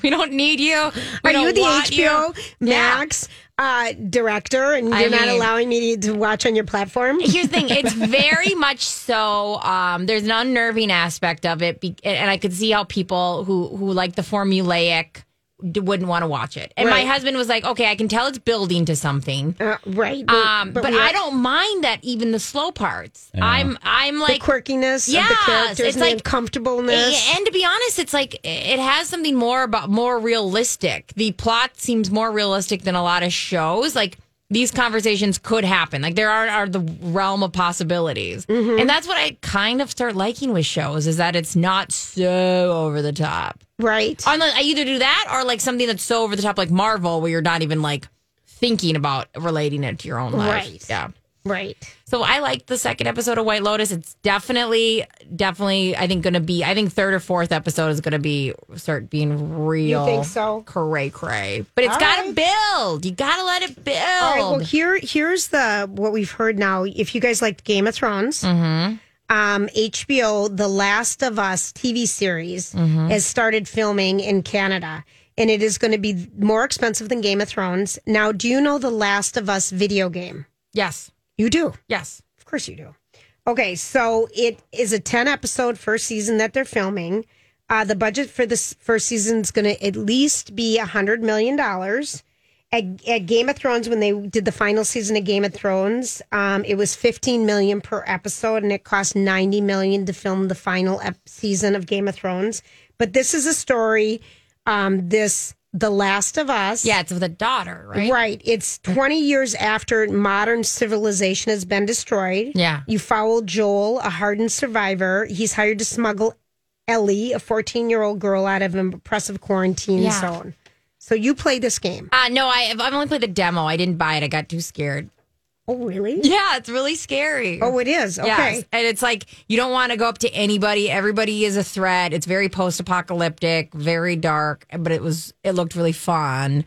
Speaker 3: we don't need you. We
Speaker 4: Are you
Speaker 3: don't
Speaker 4: the
Speaker 3: want
Speaker 4: HBO
Speaker 3: you. Yeah.
Speaker 4: Max uh, director and you're
Speaker 3: I
Speaker 4: not
Speaker 3: mean-
Speaker 4: allowing me to watch on your platform?
Speaker 3: here's the thing it's very much so um, there's an unnerving aspect of it be- and i could see how people who who like the formulaic d- wouldn't want to watch it and
Speaker 4: Right.
Speaker 3: my husband was like okay i can tell it's building to something
Speaker 4: Uh, right.
Speaker 3: um, but,
Speaker 4: we-
Speaker 3: i don't mind that even the slow parts i'm i'm
Speaker 4: The
Speaker 3: like
Speaker 4: quirkiness of the
Speaker 3: Yes,
Speaker 4: characters
Speaker 3: it's
Speaker 4: and the
Speaker 3: like- Eh,
Speaker 4: uncomfortableness.
Speaker 3: and to be honest, it's like it has something more about more realistic. The plot seems more realistic than a lot of shows. Like these conversations could happen. Like there are, are the realm of possibilities,
Speaker 4: Mm-hmm.
Speaker 3: and that's what I kind of start liking with shows is that it's not so over the top.
Speaker 4: right.
Speaker 3: Unless I either do that or like something that's so over the top, like Marvel, where you're not even like thinking about relating it to your own life.
Speaker 4: Right.
Speaker 3: Yeah.
Speaker 4: right.
Speaker 3: So I liked the second episode of White Lotus. It's definitely, definitely, I think going to be. I think third or fourth episode is going to be start being real.
Speaker 4: You think so?
Speaker 3: Cray cray, but it's
Speaker 4: All
Speaker 3: got to
Speaker 4: right.
Speaker 3: build. You got to let it build.
Speaker 4: All right. Well, here here's the what we've heard now. If you guys liked Game of Thrones, um, HBO The Last of Us TV series has started filming in Canada, and it is going to be more expensive than Game of Thrones. Now, do you know the Last of Us video game?
Speaker 3: yes,
Speaker 4: You do.
Speaker 3: yes.
Speaker 4: Of course you do. Okay, so it is a 10 episode first season that they're filming. Uh, the budget for this first season is going to at least be $100 million. At, at Game of Thrones, when they did the final season of Game of Thrones, um, it was 15 million per episode, and it cost 90 million to film the final ep- season of Game of Thrones. But this is a story. Um, this The Last of Us.
Speaker 3: Yeah, it's with a daughter, right?
Speaker 4: Right. It's 20 years after modern civilization has been destroyed.
Speaker 3: Yeah.
Speaker 4: You follow Joel, a hardened survivor. He's hired to smuggle Ellie, a 14 year old girl, out of an oppressive quarantine
Speaker 3: Yeah.
Speaker 4: zone. So you play this game.
Speaker 3: Uh, no, I, I've only played the demo. I didn't buy it. I got too scared.
Speaker 4: Oh, really?
Speaker 3: Yeah, it's really scary.
Speaker 4: Oh, it is. Okay.
Speaker 3: Yes. And it's like you don't want to go up to anybody. Everybody is a threat. It's very post apocalyptic, very dark, but it was it looked really fun.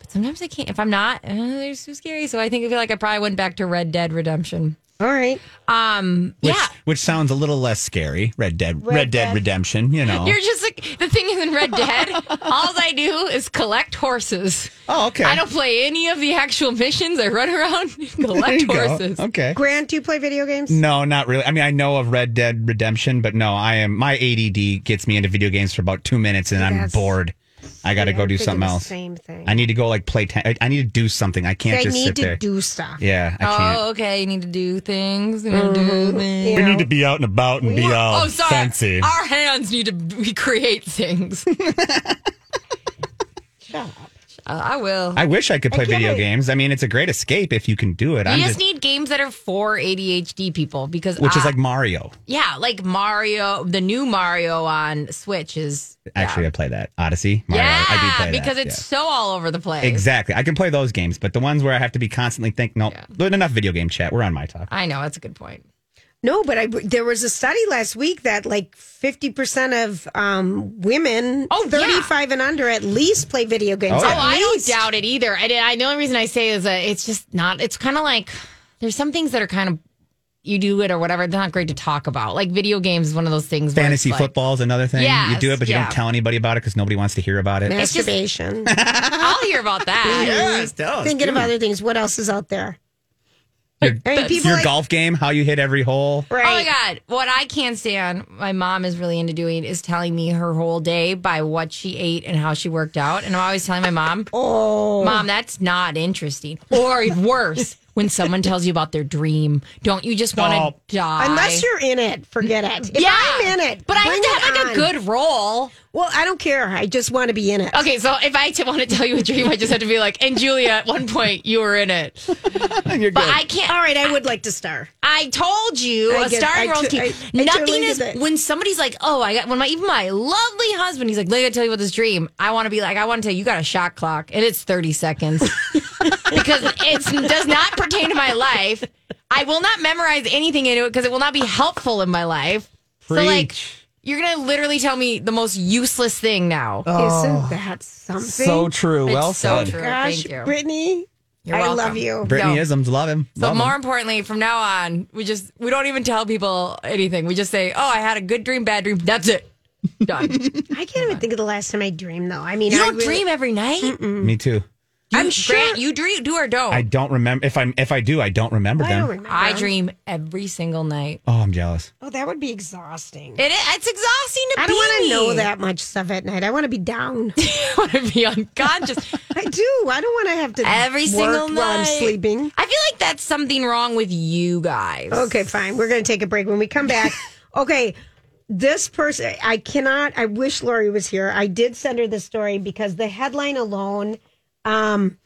Speaker 3: But sometimes I can't if I'm not, uh, it's too scary. So I think I feel like I probably went back to Red Dead Redemption.
Speaker 4: All right.
Speaker 3: Um
Speaker 1: Which,
Speaker 3: yeah.
Speaker 1: Which sounds a little less scary. Red Dead. Red, Dead. Redemption. You know.
Speaker 3: You're just like the thing is in Red Dead, all I do is collect horses.
Speaker 1: oh, okay.
Speaker 3: I don't play any of the actual missions. I run around and
Speaker 1: There
Speaker 3: collect
Speaker 1: you go.
Speaker 3: horses.
Speaker 1: Okay.
Speaker 4: Grant, do you play video games?
Speaker 1: No, not really. I mean, I know of Red Dead Redemption, but no, I am my ADD gets me into video games for about two minutes, and I'm
Speaker 4: That's-
Speaker 1: bored. I got to go do
Speaker 4: I'm thinking
Speaker 1: something
Speaker 4: the
Speaker 1: else.
Speaker 4: Same thing.
Speaker 1: I need to go like play. Ten- I- I need to do something. I can't
Speaker 4: I
Speaker 1: just
Speaker 4: need
Speaker 1: sit
Speaker 4: to
Speaker 1: there.
Speaker 4: do stuff.
Speaker 1: yeah, I can't. Mm-hmm.
Speaker 3: Oh, okay. You need to do things. You know, do things.
Speaker 1: We need to be out and about and be uh, all
Speaker 3: oh, sorry. Our hands need to b- create things.
Speaker 1: Uh,
Speaker 4: Shut up.
Speaker 3: Uh, I will.
Speaker 1: I wish I could play
Speaker 4: can't
Speaker 1: video
Speaker 4: wait.
Speaker 1: games. I mean, it's a great escape if you can do it. I'm
Speaker 3: you
Speaker 1: just,
Speaker 3: just need games that are for ADHD people because
Speaker 1: which is
Speaker 3: I-
Speaker 1: like Mario.
Speaker 3: yeah, like Mario, the new Mario on Switch is
Speaker 1: Actually, I play that Odyssey. Mario,
Speaker 3: yeah,
Speaker 1: I do play that,
Speaker 3: because it's
Speaker 1: yeah.
Speaker 3: so all over the place.
Speaker 1: exactly. I can play those games, but the ones where I have to be constantly thinking. No, enough video game chat. We're on my talk.
Speaker 3: I know that's a good point.
Speaker 4: No, but I there was a study last week that like fifty percent of um, women,
Speaker 3: Oh, yeah.
Speaker 4: 35 and under, at least play video games.
Speaker 1: Oh,
Speaker 3: Oh,
Speaker 1: yeah.
Speaker 4: At
Speaker 3: I don't
Speaker 4: least.
Speaker 3: doubt it either. I, did- I the only reason I say is that it's just not. It's kind of like there's some things that are kind of you do it or whatever. They're not great to talk about. Like video games is one of those things. where it's
Speaker 1: Fantasy
Speaker 3: like-
Speaker 1: football is another thing. you
Speaker 3: Yes,
Speaker 1: do it, but you
Speaker 3: yeah.
Speaker 1: don't tell anybody about it because nobody wants to hear about it.
Speaker 3: just-
Speaker 4: masturbation.
Speaker 3: I'll hear about that.
Speaker 1: Yes, tell us,
Speaker 4: Thinking
Speaker 1: do
Speaker 4: of
Speaker 1: it.
Speaker 4: other things. What else is out there?
Speaker 1: Your,
Speaker 4: I mean, people
Speaker 1: your
Speaker 4: like-
Speaker 1: golf game, how you hit every hole.
Speaker 4: Right.
Speaker 3: Oh my god! What I can't stand, my mom is really into doing, is telling me her whole day by what she ate and how she worked out. And I'm always telling my mom, "Oh, mom, that's not interesting." Or worse, when someone tells you about their dream, don't you just want
Speaker 1: Stop.
Speaker 3: to die?
Speaker 4: Unless you're in it, forget it. If
Speaker 3: yeah,
Speaker 4: I'm in it,
Speaker 3: but I have
Speaker 4: bring
Speaker 3: to have
Speaker 4: it
Speaker 3: like
Speaker 4: on.
Speaker 3: a good role.
Speaker 4: Well, I don't care. I just want to be in it.
Speaker 3: Okay, so if I t- want to tell you a dream, I just have to be like, "And Julia, at one point you were in it,"
Speaker 1: You're
Speaker 3: but
Speaker 1: good.
Speaker 3: I can't.
Speaker 4: All right, I would like to star.
Speaker 3: I told you
Speaker 4: I
Speaker 3: a
Speaker 4: get-
Speaker 3: starring
Speaker 4: I
Speaker 3: role.
Speaker 4: t-
Speaker 3: key.
Speaker 4: I- I totally
Speaker 3: Nothing
Speaker 4: get
Speaker 3: is
Speaker 4: that.
Speaker 3: when somebody's like, "Oh, I got when my even my lovely husband." He's like, "Let me tell you about this dream." I want to be like, "I want to tell you, you got a shot clock, and it's thirty seconds because it does not pertain to my life. I will not memorize anything into it because it will not be helpful in my life." So like,
Speaker 1: Preach.
Speaker 3: you're gonna literally tell me the most useless thing now.
Speaker 4: Isn't that something?
Speaker 1: so true.
Speaker 3: It's
Speaker 1: Oh, well
Speaker 3: so
Speaker 1: said.
Speaker 3: true.
Speaker 4: Gosh,
Speaker 3: Thank you.
Speaker 4: Brittany,
Speaker 3: You're
Speaker 4: I
Speaker 3: welcome.
Speaker 4: love you.
Speaker 1: Brittany
Speaker 3: No.
Speaker 1: isms, love him.
Speaker 3: But
Speaker 1: love
Speaker 3: more
Speaker 1: him.
Speaker 3: importantly, from now on, we just we don't even tell people anything. We just say, "Oh, I had a good dream, bad dream. That's it." Done. you
Speaker 4: I can't even think of the last time I dreamed, though. I mean, I
Speaker 3: don't
Speaker 4: really-
Speaker 3: dream every night.
Speaker 1: Me too.
Speaker 3: I'm
Speaker 4: sure-
Speaker 3: you dream. Do or don't.
Speaker 1: I
Speaker 3: I,
Speaker 1: don't remember if I'm if I do, I don't remember
Speaker 4: Oh. I
Speaker 1: them.
Speaker 4: don't remember.
Speaker 3: dream every single night.
Speaker 1: oh, I'm jealous.
Speaker 4: Oh, that would be exhausting.
Speaker 3: It, it's exhausting to
Speaker 4: I don't
Speaker 3: be
Speaker 4: want to
Speaker 3: me.
Speaker 4: know that much stuff at night. I want to be down.
Speaker 3: I want to be unconscious.
Speaker 4: I do. I don't want to have to
Speaker 3: Every
Speaker 4: work
Speaker 3: single
Speaker 4: while I'm
Speaker 3: night.
Speaker 4: sleeping.
Speaker 3: I feel like that's something wrong with you guys.
Speaker 4: Okay, fine. We're going to take a break. When we come back, okay, this person, I cannot, I wish Lori was here. I did send her the story because the headline alone, um,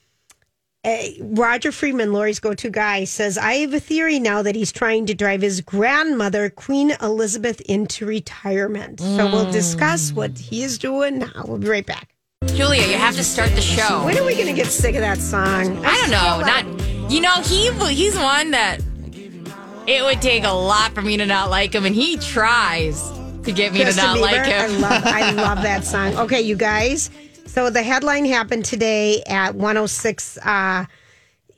Speaker 4: eh, Roger Freeman, Lori's go to guy, says, I have a theory now that he's trying to drive his grandmother, Queen Elizabeth, into retirement. So we'll discuss what he is doing now. We'll be right back.
Speaker 3: Julia, you have to start the show.
Speaker 4: When are we going to get sick of that song?
Speaker 3: I don't know. Not you know he he's one that it would take a lot for me to not like him, and he tries to get me
Speaker 4: Justin
Speaker 3: to not
Speaker 4: Bieber.
Speaker 3: like
Speaker 4: I
Speaker 3: him.
Speaker 4: love, I love that song. Okay, you guys. So the headline happened today at 106 uh,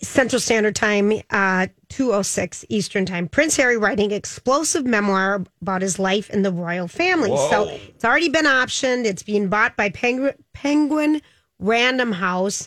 Speaker 4: Central Standard Time, uh, 206 Eastern Time. Prince Harry writing explosive memoir about his life in the royal family. So it's already been optioned. It's being bought by Penguin, Penguin Random House.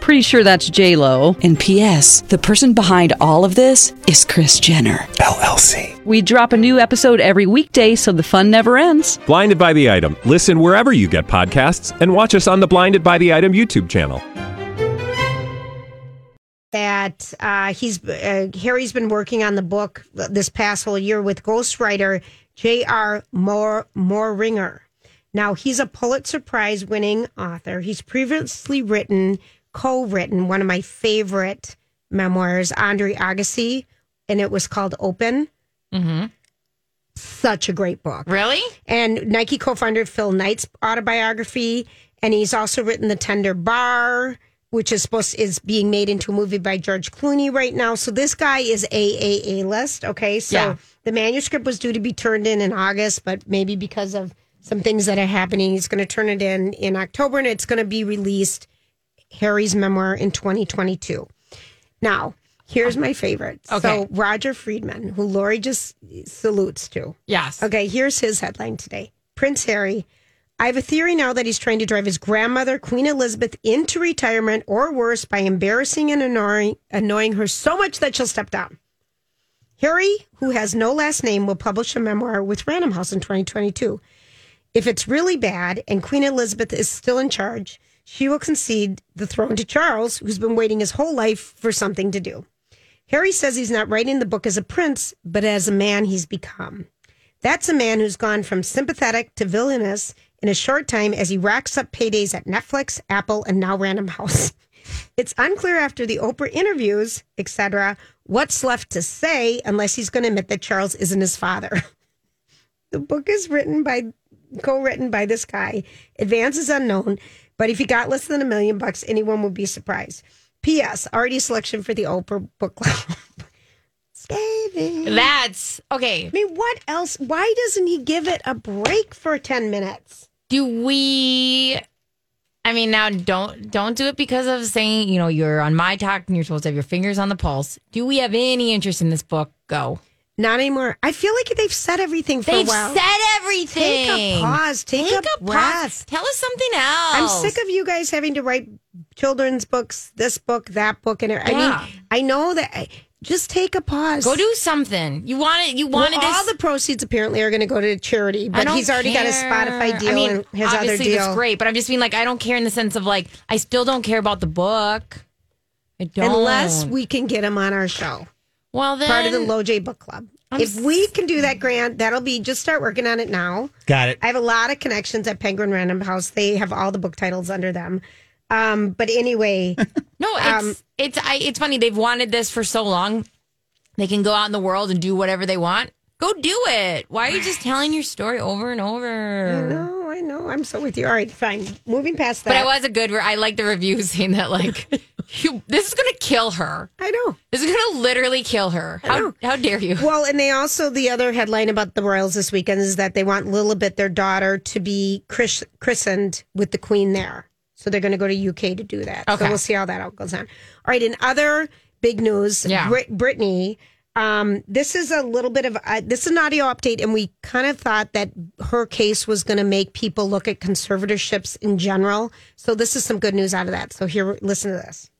Speaker 5: Pretty sure that's J Lo. And P.S. The person behind all of this is Chris Jenner.
Speaker 6: LLC.
Speaker 5: We drop a new episode every weekday, so the fun never ends.
Speaker 6: Blinded by the item. Listen wherever you get podcasts, and watch us on the Blinded by the Item YouTube channel.
Speaker 4: that uh, he's uh, Harry's been working on the book this past whole year with ghostwriter J.R. Moore Mooringer. Now he's a Pulitzer Prize winning author. He's previously written, co-written one of my favorite memoirs, Andre Agassi, and it was called Open. Such a great book
Speaker 3: Really?
Speaker 4: and Nike co-founder Phil Knight's autobiography, and he's also written The Tender Bar, which is supposed is being made into a movie by George Clooney right now. So this guy is AAA list. Okay, so
Speaker 3: Yeah.
Speaker 4: the manuscript was due to be turned in in August, but maybe because of some things that are happening, he's going to turn it in in October, and it's going to be released Harry's memoir in 2022. Now. Here's my favorite.
Speaker 3: Okay.
Speaker 4: So Roger Friedman, who Lori just salutes to.
Speaker 3: Yes.
Speaker 4: Okay, here's his headline today Prince Harry. I have a theory now that he's trying to drive his grandmother, Queen Elizabeth, into retirement or worse by embarrassing and annoying, annoying her so much that she'll step down. Harry, who has no last name, will publish a memoir with Random House in 2022. If it's really bad and Queen Elizabeth is still in charge, she will concede the throne to Charles, who's been waiting his whole life for something to do. Harry says he's not writing the book as a prince, but as a man he's become. That's a man who's gone from sympathetic to villainous in a short time as he racks up paydays at Netflix, Apple, and now Random House. It's unclear after the Oprah interviews, etc., what's left to say unless he's going to admit that Charles isn't his father. the book is written by co-written by this guy. Advance is unknown, but if he got less than a million bucks, anyone would be surprised. P.S. Already a selection for the Oprah book club. Saving.
Speaker 3: That's okay.
Speaker 4: I mean, what else? Why doesn't he give it a break for 10 minutes?
Speaker 3: Do we I mean, now don't don't do it because of saying you know you're on my talk and you're supposed to have your fingers on the pulse. Do we have any interest in this book? Go.
Speaker 4: Not anymore. I feel like they've said everything for
Speaker 3: They've
Speaker 4: a while.
Speaker 3: said everything.
Speaker 4: Take a pause. Take,
Speaker 3: Take
Speaker 4: a,
Speaker 3: a pause.
Speaker 4: breath.
Speaker 3: Tell us something else.
Speaker 4: I'm sick of you guys having to write children's books, this book, that book, and I
Speaker 3: Yeah.
Speaker 4: mean, I know that. Just take a pause.
Speaker 3: Go do something. You wanted. You wanted
Speaker 4: well,
Speaker 3: this.
Speaker 4: all the proceeds apparently are going to go to charity,
Speaker 3: I
Speaker 4: but
Speaker 3: don't
Speaker 4: he's already got his
Speaker 3: care.
Speaker 4: Spotify deal
Speaker 3: I mean,
Speaker 4: and his other
Speaker 3: obviously
Speaker 4: deal.
Speaker 3: That's great, but I'm just being like, I don't care in the sense of like, I still don't care about the book. I don't.
Speaker 4: Unless we can get him on our show,
Speaker 3: well then
Speaker 4: part of the Low J Book Club. if we can do that, Grant, that'll be just start working on it now.
Speaker 1: Got it.
Speaker 4: I have a lot of connections at Penguin Random House. They have all the book titles under them. Um, but anyway,
Speaker 3: No, it's
Speaker 4: um,
Speaker 3: it's I, it's funny. They've wanted this for so long. They can go out in the world and do whatever they want. Go do it. Why are you just telling your story over and over?
Speaker 4: no, I know. I'm so with you. All right, fine. Moving past that.
Speaker 3: But I was a good. Re- I like the review saying that like, you, this is gonna kill her.
Speaker 4: I know.
Speaker 3: This is gonna literally kill her. How how dare you?
Speaker 4: Well, and they also the other headline about the Royals this weekend is that they want Lilibet, their daughter, to be chris- christened with the Queen there. So they're going to go to UK to do that.
Speaker 3: Okay.
Speaker 4: So we'll see how that all goes on. All right, in other big news,
Speaker 3: Yeah.
Speaker 4: Brit- Brittany. Um, this is a little bit of uh, this is an audio update, and we kind of thought that her case was going to make people look at conservatorships in general. So this is some good news out of that. So here, listen to this.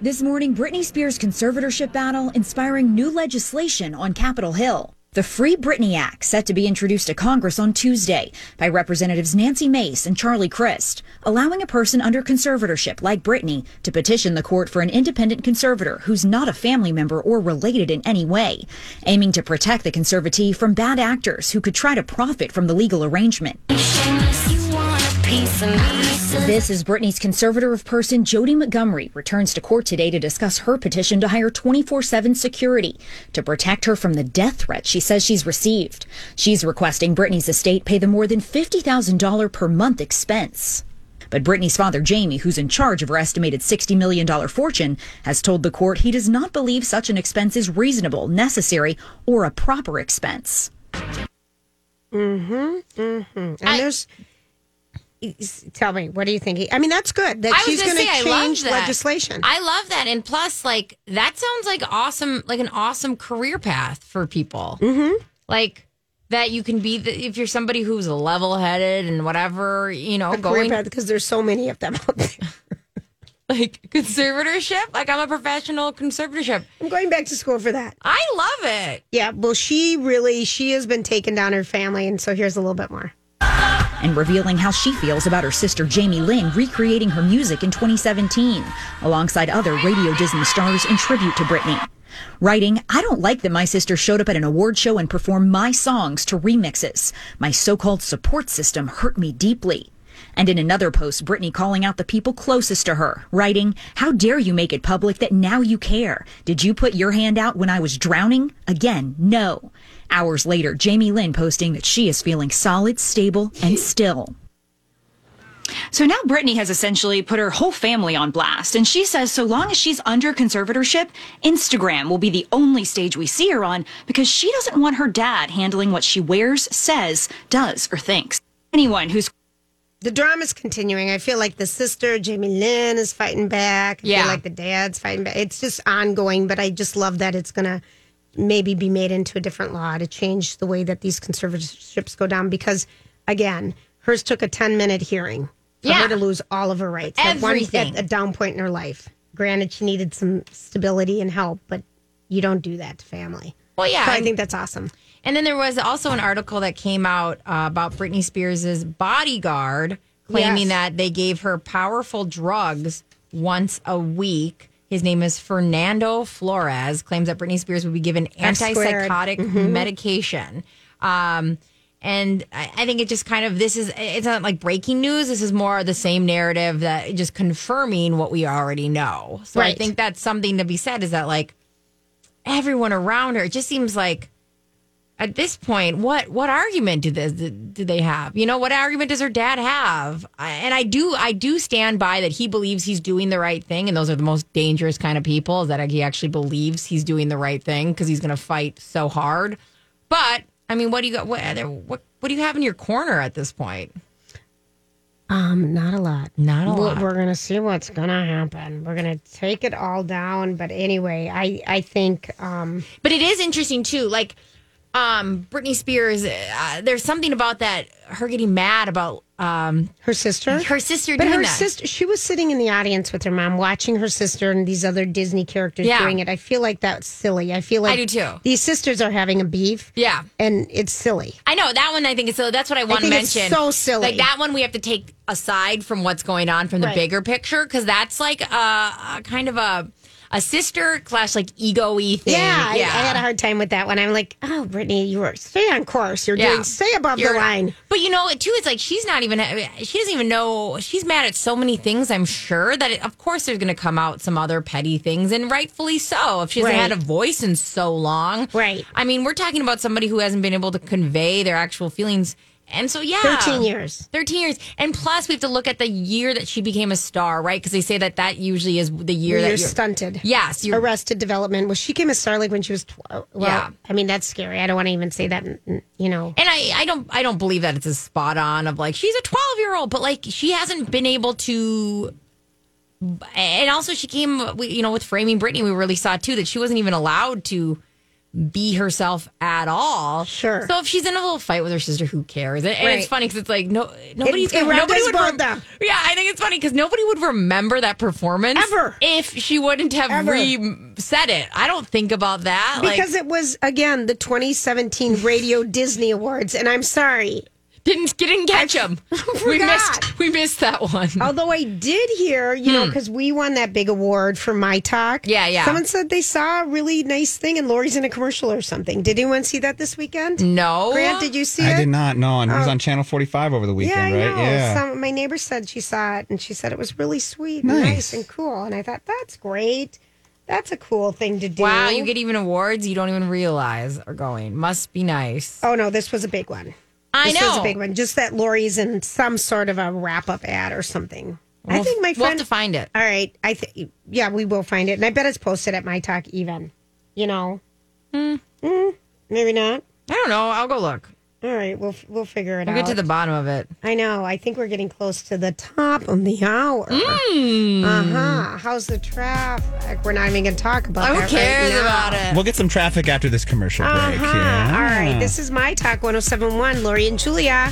Speaker 7: This morning, Britney Spears' conservatorship battle inspiring new legislation on Capitol Hill. The Free Britney Act, set to be introduced to Congress on Tuesday by Representatives Nancy Mace and Charlie Crist, allowing a person under conservatorship like Britney to petition the court for an independent conservator who's not a family member or related in any way, aiming to protect the conservatee from bad actors who could try to profit from the legal arrangement. This is Britney's conservator of person, Jody Montgomery, returns to court today to discuss her petition to hire 24 7 security to protect her from the death threat she says she's received. She's requesting Britney's estate pay the more than $50,000 per month expense. But Britney's father, Jamie, who's in charge of her estimated $60 million fortune, has told the court he does not believe such an expense is reasonable, necessary, or a proper expense.
Speaker 4: And there's, tell me, what are you thinking? I mean, that's good that
Speaker 3: I was
Speaker 4: she's
Speaker 3: gonna
Speaker 4: going to
Speaker 3: say, I love
Speaker 4: change
Speaker 3: that.
Speaker 4: legislation.
Speaker 3: I love that, and plus, like that sounds like awesome, like an awesome career path for people. Mm-hmm. Like that, you can be the, if you're somebody who's level headed and whatever, you know, going
Speaker 4: because there's so many of them out there.
Speaker 3: like conservatorship. Like I'm a professional conservatorship.
Speaker 4: I'm going back to school for that.
Speaker 3: I love it.
Speaker 4: Yeah, well, she really she has been taking down her family, and so here's a little bit more.
Speaker 7: and revealing how she feels about her sister Jamie Lynn recreating her music in 2017 alongside other Radio Disney stars in tribute to Britney. Writing, I don't like that my sister showed up at an award show and performed my songs to remixes. My so called support system hurt me deeply. And in another post, Britney calling out the people closest to her, writing, How dare you make it public that now you care? Did you put your hand out when I was drowning? Again, no. Hours later, Jamie Lynn posting that she is feeling solid, stable, and still. So now Brittany has essentially put her whole family on blast, and she says so long as she's under conservatorship, Instagram will be the only stage we see her on because she doesn't want her dad handling what she wears, says, does, or thinks. Anyone who's
Speaker 4: The drama's continuing. I feel like the sister Jamie Lynn is fighting back. I
Speaker 3: Yeah.
Speaker 4: feel like the dad's fighting back. It's just ongoing, but I just love that it's gonna maybe be made into a different law to change the way that these conservatorships go down. Because again, hers took a 10 minute hearing for
Speaker 3: Yeah.
Speaker 4: her to lose all of her rights. At one-
Speaker 3: Everything.
Speaker 4: at a down point in her life. Granted, she needed some stability and help, but you don't do that to family.
Speaker 3: Well, yeah,
Speaker 4: So I
Speaker 3: and-
Speaker 4: think that's awesome.
Speaker 3: And then there was also an article that came out uh, about Britney Spears' bodyguard claiming
Speaker 4: Yes.
Speaker 3: that they gave her powerful drugs once a week. His name is Fernando Flores, claims that Britney Spears would be given
Speaker 4: squared. Mm-hmm.
Speaker 3: antipsychotic medication. Um, and I, I think it just kind of this is it's not like breaking news. This is more the same narrative that just confirming what we already know. So I
Speaker 4: Right.
Speaker 3: think that's something to be said is that like everyone around her, it just seems like at this point, what what argument do this do they have? You know, what argument does her dad have? I- And I do I do stand by that he believes he's doing the right thing, and those are the most dangerous kind of people is that he actually believes he's doing the right thing because he's going to fight so hard. But I mean, what do you got? What, what what do you have in your corner at this point?
Speaker 4: Um, not a lot.
Speaker 3: Not a
Speaker 4: We're-
Speaker 3: lot.
Speaker 4: We're gonna see what's gonna happen. We're gonna take it all down. But anyway, I I think um
Speaker 3: But it is interesting too. Like um Britney Spears, uh, there's something about that her getting mad about um
Speaker 4: her sister.
Speaker 3: her sister
Speaker 4: But
Speaker 3: doing
Speaker 4: her
Speaker 3: that.
Speaker 4: sister, she was sitting in the audience with her mom, watching her sister and these other Disney characters
Speaker 3: Yeah.
Speaker 4: doing it. I feel like that's silly. I feel like
Speaker 3: I do too.
Speaker 4: These sisters are having a beef,
Speaker 3: yeah.
Speaker 4: and it's silly.
Speaker 3: I know that one. I think is so. That's what I want to
Speaker 4: think it's
Speaker 3: mention.
Speaker 4: so silly.
Speaker 3: Like that one, we have to take aside from what's going on from the
Speaker 4: Right.
Speaker 3: bigger picture because that's like a, a kind of a a sister clash, like egoy thing.
Speaker 4: Yeah, I, I had a hard time with that one. I'm like, oh, Brittany, you were stay on course. You're
Speaker 3: Yeah.
Speaker 4: doing stay above
Speaker 3: You're-
Speaker 4: the line.
Speaker 3: But you know, too, it's like she's not even. She doesn't even know. She's mad at so many things. I'm sure that it, of course there's going to come out some other petty things, and rightfully so. If she hasn't
Speaker 4: Right.
Speaker 3: had a voice in so long,
Speaker 4: Right.
Speaker 3: I mean, we're talking about somebody who hasn't been able to convey their actual feelings, and so yeah,
Speaker 4: 13 years.
Speaker 3: 13 years. And plus, we have to look at the year that she became a star, right? Because they say that that usually is the year that
Speaker 4: You're
Speaker 3: you're.
Speaker 4: stunted.
Speaker 3: yes, you're.
Speaker 4: Arrested development. Well, she came as Starlight when she was 12. Well,
Speaker 3: Yeah.
Speaker 4: I mean, that's scary. I don't want to even say that, n- n- you know.
Speaker 3: And I, I don't I don't believe that it's as spot on of like she's a 12 year old, but like she hasn't been able to. And also, she came, we- you know, with Framing Britney, we really saw too that she wasn't even allowed to be herself at all.
Speaker 4: Sure.
Speaker 3: So if she's in a little fight with her sister, who cares? And, and it's
Speaker 4: Right.
Speaker 3: funny because it's like no, nobody's
Speaker 4: it
Speaker 3: gonna, nobody
Speaker 4: rounded
Speaker 3: would.
Speaker 4: both
Speaker 3: rem-
Speaker 4: them.
Speaker 3: yeah, I think it's funny because nobody would remember that performance
Speaker 4: Ever.
Speaker 3: if she wouldn't have
Speaker 4: Ever.
Speaker 3: re-said it. I don't think about that
Speaker 4: Because
Speaker 3: like,
Speaker 4: it was, again, the 2017 Radio Disney Awards. And I'm sorry.
Speaker 3: didn't didn't catch him. we missed
Speaker 4: forgot.
Speaker 3: we missed that one.
Speaker 4: Although I did hear, you know, because we won that big award for My Talk.
Speaker 3: Hmm. Yeah, yeah.
Speaker 4: Someone said they saw a really nice thing and Lori's in a commercial or something. Did anyone see that this weekend?
Speaker 3: No.
Speaker 4: Grant, did you see
Speaker 1: I
Speaker 4: it?
Speaker 1: did not know. And it was on Channel 45 over the weekend,
Speaker 4: Oh. yeah, I
Speaker 1: right?
Speaker 4: know.
Speaker 1: Yeah.
Speaker 4: Some, my neighbor said she saw it, and she said it was really sweet, and
Speaker 1: Nice.
Speaker 4: nice. and cool. And I thought that's great. That's a cool thing to do.
Speaker 3: Wow, you get even awards you don't even realize are going. Must be nice.
Speaker 4: Oh no, this was a big one.
Speaker 3: I
Speaker 4: This was
Speaker 3: know.
Speaker 4: a big one. Just that Lori's in some sort of a wrap up ad or something. I
Speaker 3: We'll-
Speaker 4: think my friend.
Speaker 3: we'll have to find it.
Speaker 4: All right, I think yeah, we will find it, and I bet it's posted at my talk even. You know,
Speaker 3: Hmm.
Speaker 4: mm. maybe not.
Speaker 3: I don't know. I'll go look.
Speaker 4: All right, we'll we'll figure it
Speaker 3: We'll get
Speaker 4: out.
Speaker 3: to the bottom of it.
Speaker 4: I know. I think we're getting close to the top of the hour.
Speaker 3: Hmm.
Speaker 4: Uh huh. How's the traffic? We're not even going to talk about
Speaker 3: Who
Speaker 4: that
Speaker 3: cares
Speaker 4: right now.
Speaker 3: about it?
Speaker 1: We'll get some traffic after this commercial break.
Speaker 4: Uh-huh.
Speaker 1: Yeah.
Speaker 4: All right. This is my talk 1071, Lori and Julia.